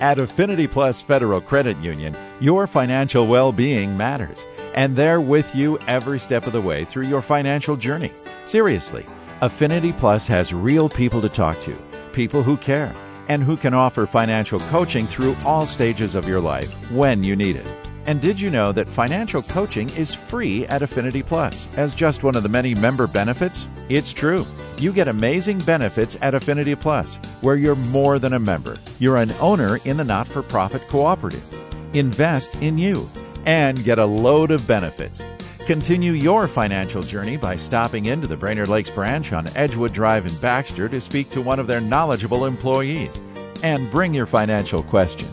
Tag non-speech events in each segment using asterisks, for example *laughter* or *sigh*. At Affinity Plus Federal Credit Union, your financial well being matters, and they're with you every step of the way through your financial journey. Seriously, Affinity Plus has real people to talk to, people who care, and who can offer financial coaching through all stages of your life when you need it. And did you know that financial coaching is free at Affinity Plus as just one of the many member benefits? It's true. You get amazing benefits at Affinity Plus, where you're more than a member. You're an owner in the not for profit cooperative. Invest in you and get a load of benefits. Continue your financial journey by stopping into the Brainerd Lakes branch on Edgewood Drive in Baxter to speak to one of their knowledgeable employees and bring your financial questions.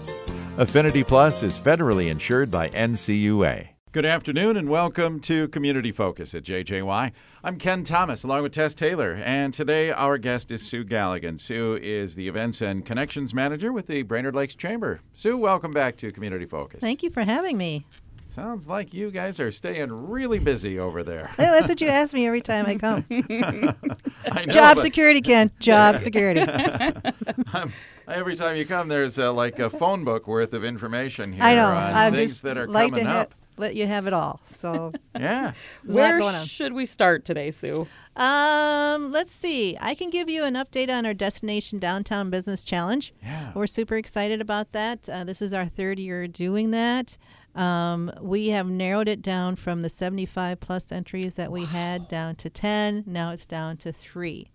Affinity Plus is federally insured by NCUA. Good afternoon and welcome to Community Focus at JJY. I'm Ken Thomas along with Tess Taylor, and today our guest is Sue Galligan. Sue is the Events and Connections Manager with the Brainerd Lakes Chamber. Sue, welcome back to Community Focus. Thank you for having *laughs* me. Sounds like you guys are staying really busy over *laughs* there. Hey, that's what you ask me every time I *laughs* come. I know, job but- *laughs* security, Ken. Job security. I'm- every time you come, there's uh, like a phone book worth of information here I know. on I things just that are like coming to ha- up. let you have it all. So, yeah. lot Where going on. should we start today, Sue? um, let's see. I can give you an update on our Destination Downtown Business Challenge. Yeah. We're super excited about that. Uh, this is our third year doing that. Um, we have narrowed it down from the 75 plus entries that we had down to 10. Now it's down to three.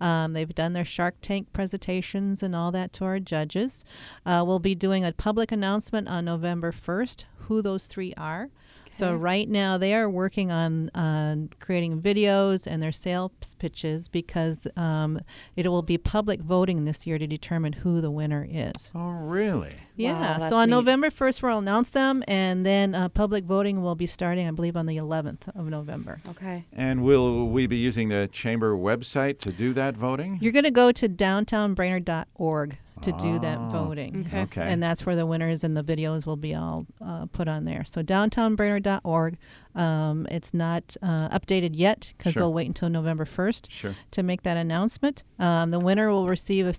Um, they've done their Shark Tank presentations and all that to our judges. Uh, we'll be doing a public announcement on November 1st who those three are. So right now they are working on on creating videos and their sales pitches because um, it will be public voting this year to determine who the winner is. Oh, really? Yeah. that's so on neat. November 1st, we'll announce them, and then uh, public voting will be starting, I believe, on the 11th of November. Okay. And will we be using the chamber website to do that voting? You're going to go to downtownbrainerd.org to do that voting. Okay. Ah, Okay. And that's where the winners and the videos will be all uh, put on there. So downtownbrainerd.org. Um, it's not uh, updated yet because Sure. we'll wait until November 1st Sure. to make that announcement. Um, the winner will receive a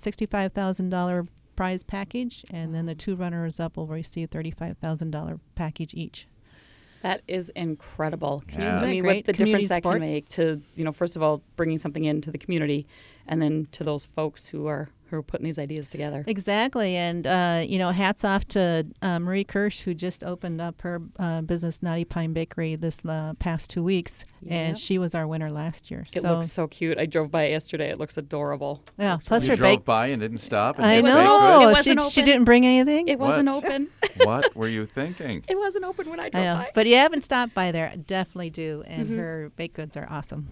$65,000 prize package, and Mm. then the two runners up will receive $35,000 package each. That is incredible. Can Yeah. you, Isn't I that mean, great? what the Community difference that support. can make to you know, first of all, bringing something into the community, and then to those folks who are who are putting these ideas together. Exactly, and uh, you know, hats off to uh, Marie Kirsch who just opened up her uh, business, Naughty Pine Bakery, this uh, past two weeks, Yep. and she was our winner last year. It so looks so cute. I drove by yesterday. It looks adorable. yeah, looks plus you her drove bake. by and didn't stop. And I It didn't wasn't know open. It she, wasn't she open. didn't bring anything. It What? wasn't open. *laughs* say good. what were you *laughs* thinking? it wasn't Mm-hmm. open when I I drove know, by. but you haven't stopped by there. Definitely do, and her baked goods are awesome.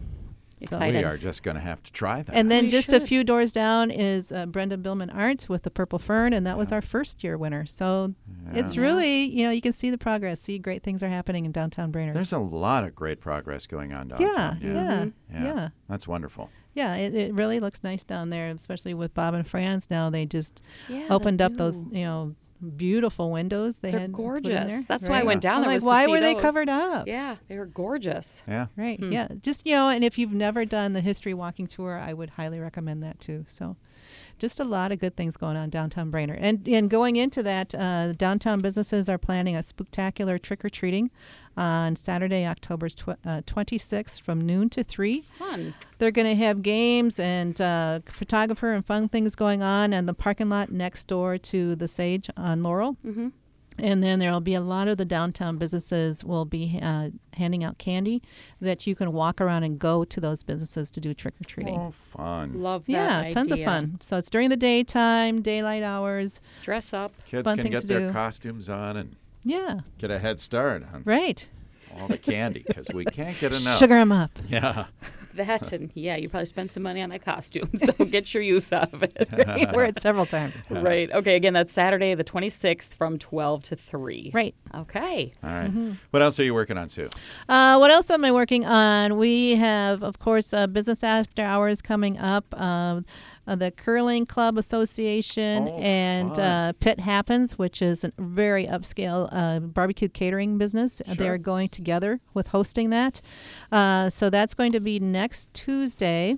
Exciting. We didn't. are just going to have to try that. And then You just a should. few doors down is uh, Brenda Billman Arts with the Purple Fern, and that was our first year winner. So it's Yeah. really, you know, you can see the progress, see great things are happening in downtown Brainerd. There's a lot of great progress going on yeah, downtown. yeah, yeah, yeah. That's wonderful. Mm-hmm. it, it really looks nice down there, especially with Bob and Franz. Now they just Yeah, the opened up those, view. you know, beautiful windows. They They're had put in gorgeous. there, That's why right? I went down I'm there. like, was to why see were they those. covered up? Yeah, Hmm. they were gorgeous. Yeah. Right. Yeah. Just, you know, and if you've never done the history walking tour, I would highly recommend that too. So, just a lot of good things going on downtown Brainerd. And and going into that, uh, downtown businesses are planning a spectacular trick or treating on Saturday, October tw- uh, 26th from noon to 3. Fun. They're going to have games and uh, photographer and fun things going on in the parking lot next door to the Sage on Laurel. Mm-hmm. And then there will be a lot of the downtown businesses will be uh, handing out candy that you can walk around and go to those businesses to do trick or treating. Oh, fun. Love that. yeah, tons of idea. fun. So it's during the daytime, daylight hours. Dress up. Kids Fun can things get to their do. costumes on and Yeah, get a head start on right. all the candy because we can't *laughs* get enough. Sugar 'em up. *laughs* Yeah. That and yeah, you probably spent some money on that costume, *laughs* so get your use out of it. *laughs* We're at several times. Right. Okay. Again, that's Saturday, the 26th from 12 to 3. Right. Okay. All right. Mm-hmm. What else are you working on, Sue? Uh, what else am I working on? We have, of course, uh, business after hours coming up. Uh, uh, the Curling Club Association Oh, and fun. uh, Pit Happens, which is a very upscale uh, barbecue catering business. Uh, They're going together with hosting that. Uh, so that's going to be next Tuesday.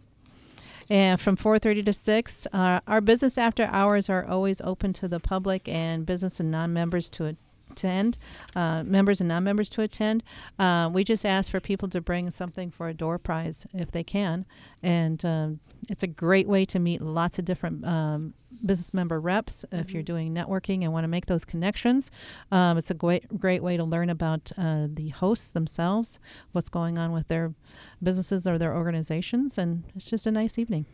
And from 4:30 to 6, uh, our business after hours are always open to the public and business and non-members to attend, uh, members and non-members to attend. Uh, we just ask for people to bring something for a door prize if they can, and um, it's a great way to meet lots of different um, business member reps if you're doing networking and want to make those connections. Um, it's a great, great way to learn about uh, the hosts themselves, what's going on with their businesses or their organizations, and it's just a nice evening.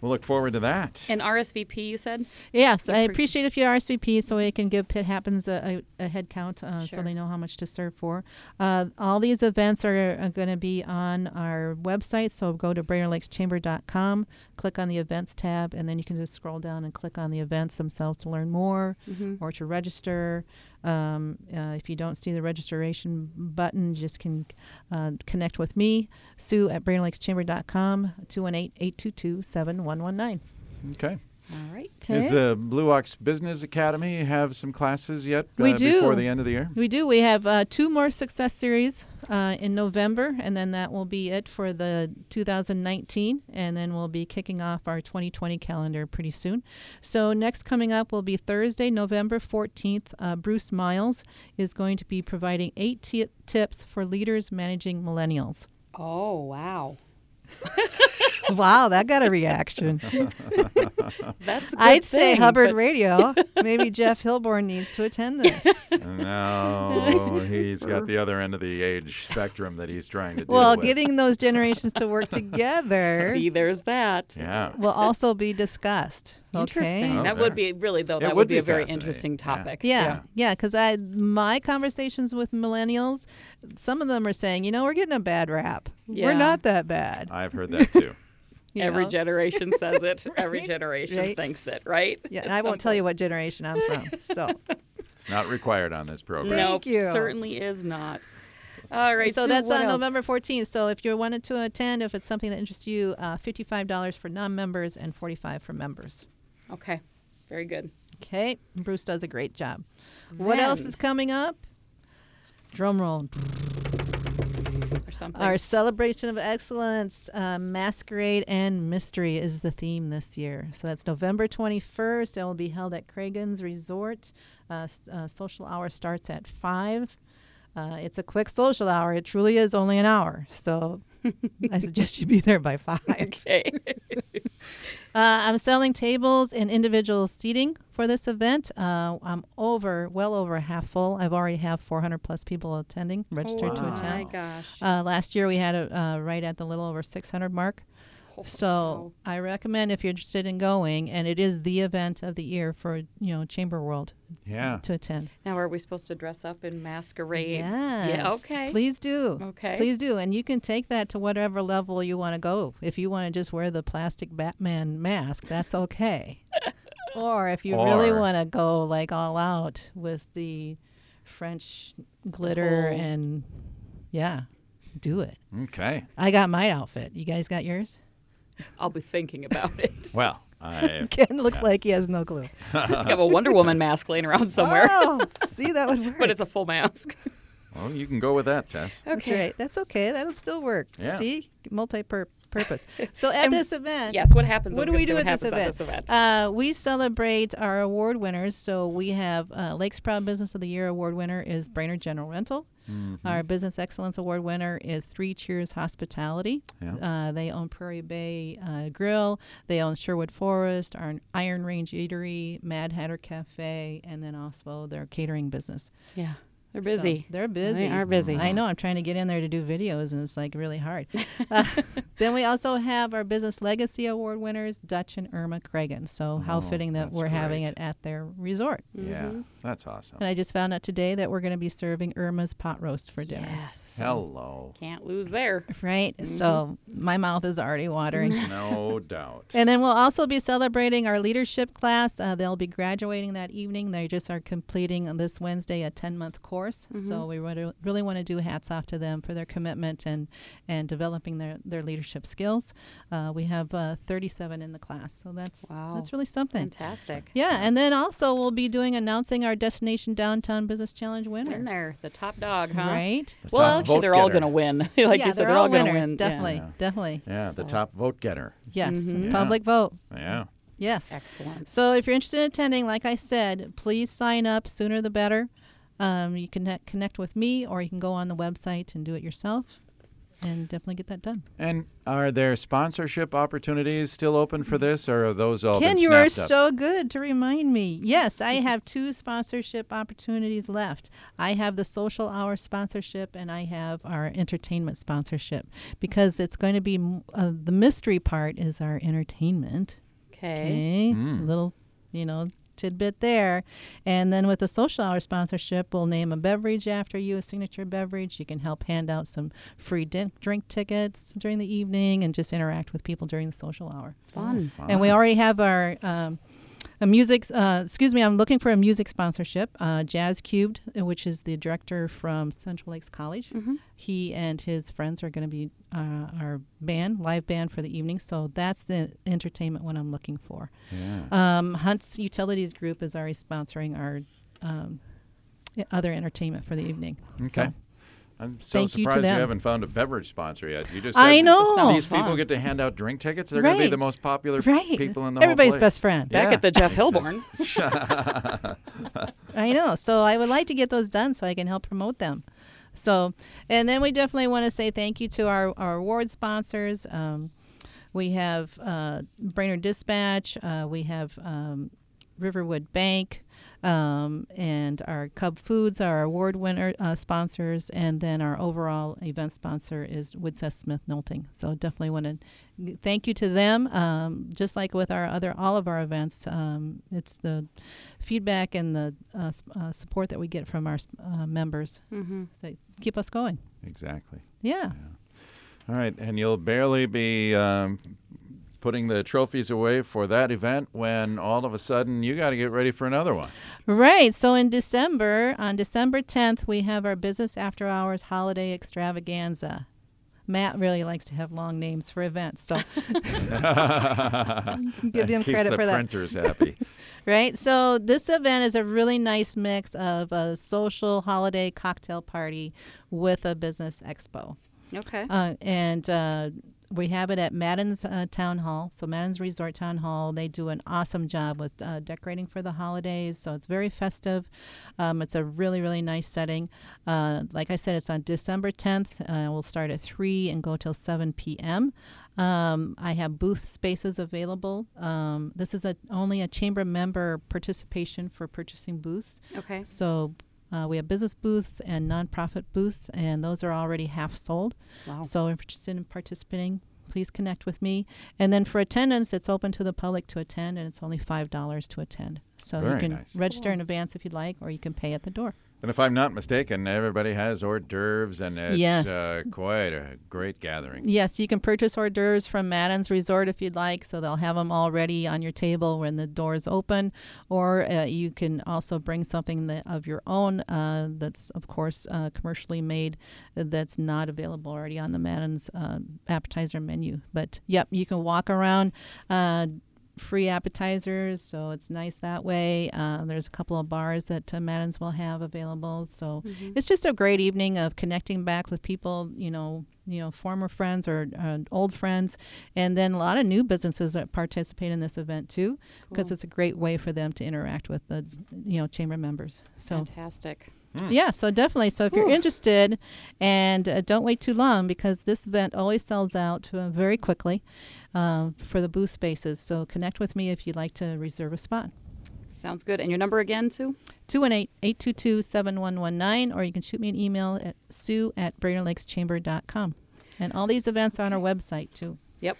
We'll look forward to that. And RSVP, you said? Yes, I appreciate Appreciate- if you RSVP so we can give Pitt Happens a, a, a head count uh, so Sure. they know how much to serve for. Uh, all these events are, are going to be on our website, so go to BrainerLakesChamber.com, click on the events tab, and then you can just scroll down and click on the events themselves to learn more or to register. Um, uh, if you don't see the registration button, you just can uh, connect with me, Sue at BrainerLakesChamber.com, 218 822 7119. Okay. All right. Does the Blue Ox Business Academy have some classes yet We uh, before do. the end of the *laughs* year? We do. We have uh, two more success series uh, in November, and then that will be it for the 2019. And then we'll be kicking off our 2020 calendar pretty soon. So, next coming up will be Thursday, November 14th. Uh, Bruce Miles is going to be providing eight ti tips for leaders managing millennials. Oh, wow. wow, that got a *laughs* reaction. That's a good I'd say thing, Hubbard but- Radio. Maybe Jeff Hilborn needs to attend *laughs* this. No, he's got *laughs* the other end of the age spectrum that he's trying to deal well, with. getting those generations to work together. See, there's that. yeah. will also be discussed. *laughs* Interesting. Okay? Oh, That there. would be really though. It that would would be, be a very fascinating. interesting Yeah. topic. Yeah, yeah, because I my conversations with millennials, some of them are saying, you know, we're getting a bad rap. We're Yeah. not that bad. I've heard that too. you Every know? generation *laughs* says it. Every Right, generation right. thinks it. Right. Yeah, At and I some won't tell you point. what generation I'm *laughs* from. So, It's not required on this program. Thank Nope, you. Certainly is not. All right. so Sue, that's what on else? November 14th. So if you wanted to attend, if it's something that interests you, uh, $55 for non-members and 45 for members. Okay. Very good. Okay, Bruce does a great job. What else Then- is coming up? Drum roll. Or something. Our celebration of excellence, uh, masquerade and mystery is the theme this year. So that's November 21st. It will be held at Cragen's Resort. Uh, s- uh, social hour starts at five. Uh, it's a quick social hour. It truly is only an hour. So I suggest you be there by five. *laughs* *laughs* okay. Uh, I'm selling tables and individual seating for this event. Uh, I'm over, well over half full. I've already have 400 plus people attending, registered Wow. to Oh attend. my gosh. Uh, last year we had a, uh, right at the little over 600 mark. So I recommend if you're interested in going, and it is the event of the year for you know Chamber World Yeah. to attend. now, are we supposed to dress up in masquerade? Yeah. Yes. Okay. Please do. Okay. Please do, and you can take that to whatever level you want to go. If you want to just wear the plastic Batman mask, that's okay. *laughs* or if you really Or- want to go like all out with the French glitter whole- and yeah, do it. Okay. I got my outfit. You guys got yours? *laughs* I'll be thinking about *laughs* it. Well, I Ken looks like he has no clue. I have a Wonder Woman mask laying around somewhere, Oh, see, that *laughs* would work. but it's a full mask. well, you can go with that, Tess. *laughs* That's right. That's okay. That'll still work. Yeah. See, *laughs* multi-purpose. so at And- this event, Yes. What happens? I What do was gonna we say do what at this happens event? at this event? Uh, we celebrate our award winners. So we have uh, Lakes Proud Business of the Year award winner is Brainerd General Rental. Our Business Excellence Award winner is Three Cheers Hospitality. Yeah. Uh, they own Prairie Bay uh, Grill. They own Sherwood Forest, our Iron Range Eatery, Mad Hatter Cafe, and then also their catering business. yeah. They're So busy. they're busy. They are busy. I know. I'm trying to get in there to do videos, and it's like really *laughs* hard. Uh, then we also have our Business Legacy Award winners, Dutch and Irma Cragen. So how Oh, fitting that that's we're having great. it at their resort. Yeah. That's awesome. And I just found out today that we're going to be serving Irma's pot roast for dinner. Yes. Hello. Can't lose there. Right. So my mouth is already watering. No *laughs* doubt. And then we'll also be celebrating our leadership class. Uh, they'll be graduating that evening. They just are completing on this Wednesday a 10 month course. Mm-hmm. So we really, really want to do hats off to them for their commitment and and developing their their leadership skills. Uh, we have uh, 37 in the class, so that's Wow. that's really something. Fantastic. Yeah, and then also we'll be doing announcing our Destination Downtown Business Challenge winner. In there, the top dog, huh? Right? The Well, top actually, vote they're all getter. going to win. *laughs* like you yeah, said, they're, they're, all going to winners. win. Definitely, Yeah. definitely. Yeah, the So- top vote getter. Yes, Mm-hmm. Yeah. public vote. Yeah. Yes. Yeah. Excellent. So if you're interested in attending, like I said, please sign up sooner the better. Um, you can connect- connect with me, or you can go on the website and do it yourself, and definitely get that done. And are there sponsorship opportunities still open for this, or are those all Ken, been you are Oh, snapped up? so good to remind me. Yes, I have two sponsorship opportunities left. I have the social hour sponsorship and I have our entertainment sponsorship because it's going to be m- uh, the mystery part is our entertainment. Okay. Okay, little, you know, tidbit there. And then with the social hour sponsorship, we'll name a beverage after you, a signature beverage. You can help hand out some free din- drink tickets during the evening and just interact with people during the social hour. Fun. And Ah. we already have our um, a music. Uh, excuse me, I'm looking for a music sponsorship. Uh, Jazz Cubed, uh, which is the director from Central Lakes College, Mm-hmm. he and his friends are going to be uh, our band, live band for the evening. So that's the entertainment one I'm looking for. Yeah. Um, Hunt's Utilities Group is already sponsoring our. Um, i- other entertainment for the evening. Okay. So- I'm so Thank you to surprised you, them. haven't found a beverage sponsor yet. You just said I that know. these Sounds people fun. get to hand out drink tickets. They're going to be Right. the most popular Right. people in the Everybody's whole place. best friend. Back Yeah. at the Jeff Hilborn. *laughs* I know. So I would like to get those done so I can help promote them. So, and then we definitely want to say thank you to our, our award sponsors. Um, we have uh, Brainerd Dispatch, uh, we have um, Riverwood Bank, um, and our Cub Foods are our award winner uh, sponsors, and then our overall event sponsor is Woodsess Smith Knowlton. So definitely want to thank you to them. Um, just like with our other all of our events, um, it's the feedback and the uh, s- uh, support that we get from our s- uh, members mm-hmm. that keep us going. Exactly. Yeah. All right, and you'll barely be um, putting the trophies away for that event when all of a sudden you got to get ready for another *laughs* one. Right. So in December, on December 10th, we have our Business After Hours Holiday Extravaganza. Matt really likes to have long names for events, so give him Keeps credit the for that. printers *laughs* happy. Right? So, this event is a really nice mix of a social holiday cocktail party with a business expo. Okay. Uh, and uh, we have it at Madden's uh, Town Hall. So Madden's Resort Town Hall. They do an awesome job with uh, decorating for the holidays. So it's very festive. Um, it's a really really nice setting. Uh, like I said, it's on December 10th. Uh, we'll start at three and go till 7 p.m. Um, I have booth spaces available. Um, this is a, only a chamber member participation for purchasing booths. okay. So uh, we have business booths and nonprofit booths, and those are already half sold. Wow. So if you're interested in participating, please connect with me. And then for attendance, it's open to the public to attend, and it's only five dollars to attend. So Very you can nice. register in advance if you'd like, or you can pay at the door. and if I'm not mistaken, everybody has hors d'oeuvres, and it's Yes. uh, quite a great gathering. Yes, you can purchase hors d'oeuvres from Madden's Resort if you'd like. So they'll have them all ready on your table when the doors open, or uh, you can also bring something that, of your own uh, that's, of course, uh, commercially made uh, that's not available already on the Madden's uh, appetizer menu. But yep, you can walk around. Uh, Free appetizers, so it's nice that way. Uh, there's a couple of bars that uh, Madden's will have available, so Mm-hmm. it's just a great evening of connecting back with people you know you know former friends or uh, old friends and then a lot of new businesses that participate in this event too because Cool. it's a great way for them to interact with the you know chamber members so Fantastic. yeah so definitely so if you're interested and uh, don't wait too long because this event always sells out uh, very quickly uh, for the booth spaces so connect with me if you'd like to reserve a spot Sounds good. And your number again, Sue? 218-822-7119 or you can shoot me an email at sue at brainerdlakeschamber.com and all these events are on our website too Yep.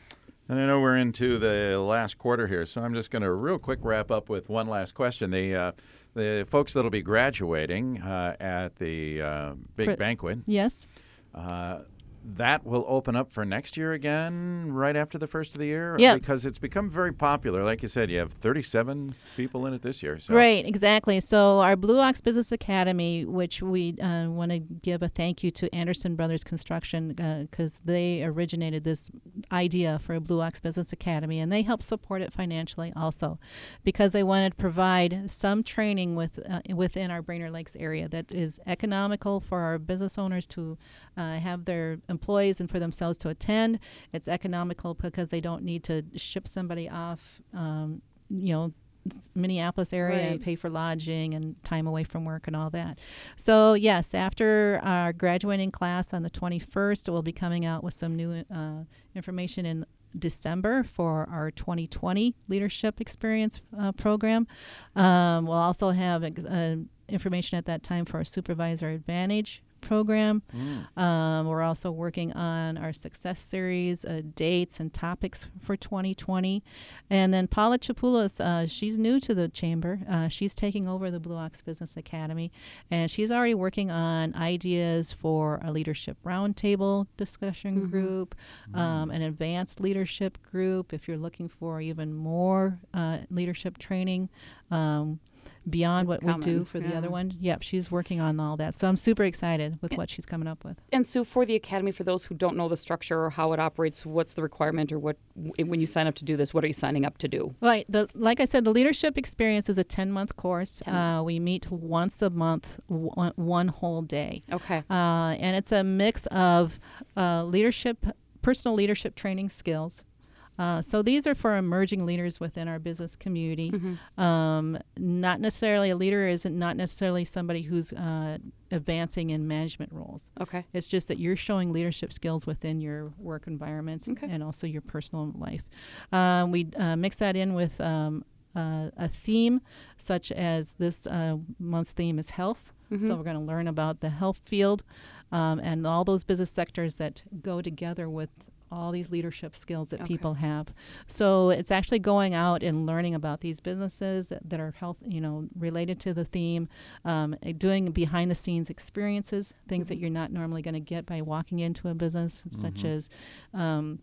And I know we're into the last quarter here, so I'm just going to real quick wrap up with one last question. The uh, the folks that'll be graduating uh, at the uh, big Pre- banquet, yes uh, that will open up for next year again, right after the first of the year? Yes. Because it's become very popular. Like you said, you have 37 people in it this year. So. Right, exactly. So our Blue Ox Business Academy, which we uh, want to give a thank you to Anderson Brothers Construction because they originated this idea for a Blue Ox Business Academy, and they helped support it financially also, because they wanted to provide some training with uh, within our Brainerd Lakes area that is economical for our business owners to uh, have their employees and for themselves to attend. It's economical because they don't need to ship somebody off. Um, you know s- Minneapolis area and Right. pay for lodging and time away from work and all that. So, yes, after our graduating class on the 21st, we'll be coming out with some new uh, information in December for our 2020 leadership experience uh, program. Um, we'll also have ex- uh, information at that time for our supervisor advantage program. Mm. Um, we're also working on our success series, uh, dates, and topics for 2020. And then Paula Chapoulos, uh, she's new to the chamber. Uh, she's taking over the Blue Ox Business Academy, and she's already working on ideas for a leadership roundtable discussion Mhm. group, um, an advanced leadership group. If you're looking for even more uh, leadership training, um, Beyond It's what we do coming, for the yeah. other one. Yep, she's working on all that. So I'm super excited with what she's coming up with. And so, for the academy, for those who don't know the structure or how it operates, what's the requirement, or what when you sign up to do this, what are you signing up to do? Right. The, like I said, the leadership experience is a 10 month course. 10 Uh, we meet once a month, one, one whole day. Okay. Uh, and it's a mix of uh, leadership, personal leadership training skills. Uh, so these are for emerging leaders within our business community. Um, not necessarily a leader isn't not necessarily somebody who's uh, advancing in management roles. Okay. It's just that you're showing leadership skills within your work environment Okay. and also your personal life. Um, we uh, mix that in with um, uh, a theme, such as this uh, month's theme is health. Mm-hmm. So we're going to learn about the health field um, and all those business sectors that go together with all these leadership skills that Okay. people have. So it's actually going out and learning about these businesses that- that are health, you know, related to the theme, um, eh, doing behind the scenes experiences, things that you're not normally going to get by walking into a business, such as, um,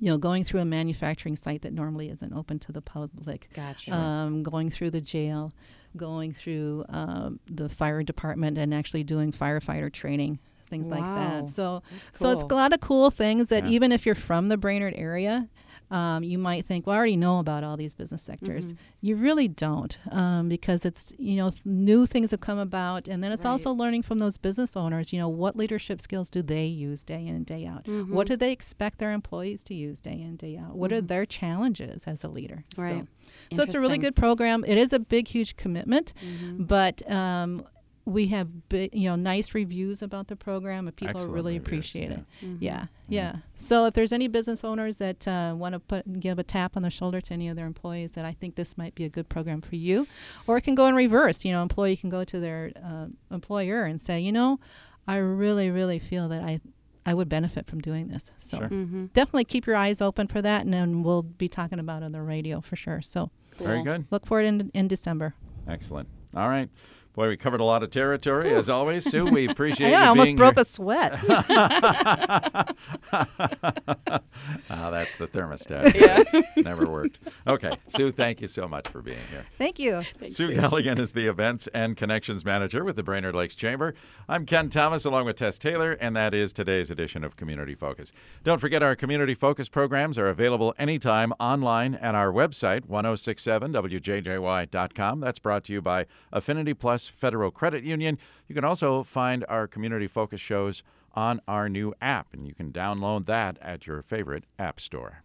you know, going through a manufacturing site that normally isn't open to the public Gotcha. um, going through the jail, going through um, the fire department, and actually doing firefighter training, things like Wow. that. So, That's so it's a cool. lot of cool things that Yeah. even if you're from the Brainerd area. Um, you might think, well, I already know about all these business sectors. Mm-hmm. You really don't, um, because it's you know th- new things have come about, and then it's Right. also learning from those business owners. You know what leadership skills do they use day in and day out? Mm-hmm. What do they expect their employees to use day in day out? What are their challenges as a leader? So- Right. so it's a really Interesting. Mm-hmm. good program. It is a big, huge commitment, but um, we have bi- you know nice reviews about the program, and people Excellent really reviews, appreciate yeah. Mm-hmm. it. Mm-hmm. Yeah, yeah. So if there's any business owners that uh, want to put give a tap on the shoulder to any of their employees, that I think this might be a good program for you, or it can go in reverse. You know, employee can go to their uh, employer and say, you know, I really, really feel that I. I would benefit from doing this. So Sure. definitely keep your eyes open for that, and then we'll be talking about it on the radio for sure. So Very Cool. good. Look for it in, in December. Excellent. All right. Boy, we covered a lot of territory as always, Sue. We appreciate you *laughs* I almost being broke here. a sweat. *laughs* Ah, that's the thermostat. Yeah. Never worked. Okay. Sue, thank you so much for being here. Thank you. Thanks, Sue Sue. Galligan is the Events and Connections Manager with the Brainerd Lakes Chamber. I'm Ken Thomas along with Tess Taylor, and that is today's edition of Community Focus. Don't forget our Community Focus programs are available anytime online at our website, 1067wjjy.com. That's brought to you by Affinity Plus Federal Credit Union. You can also find our Community Focus shows on our new app, and you can download that at your favorite app store.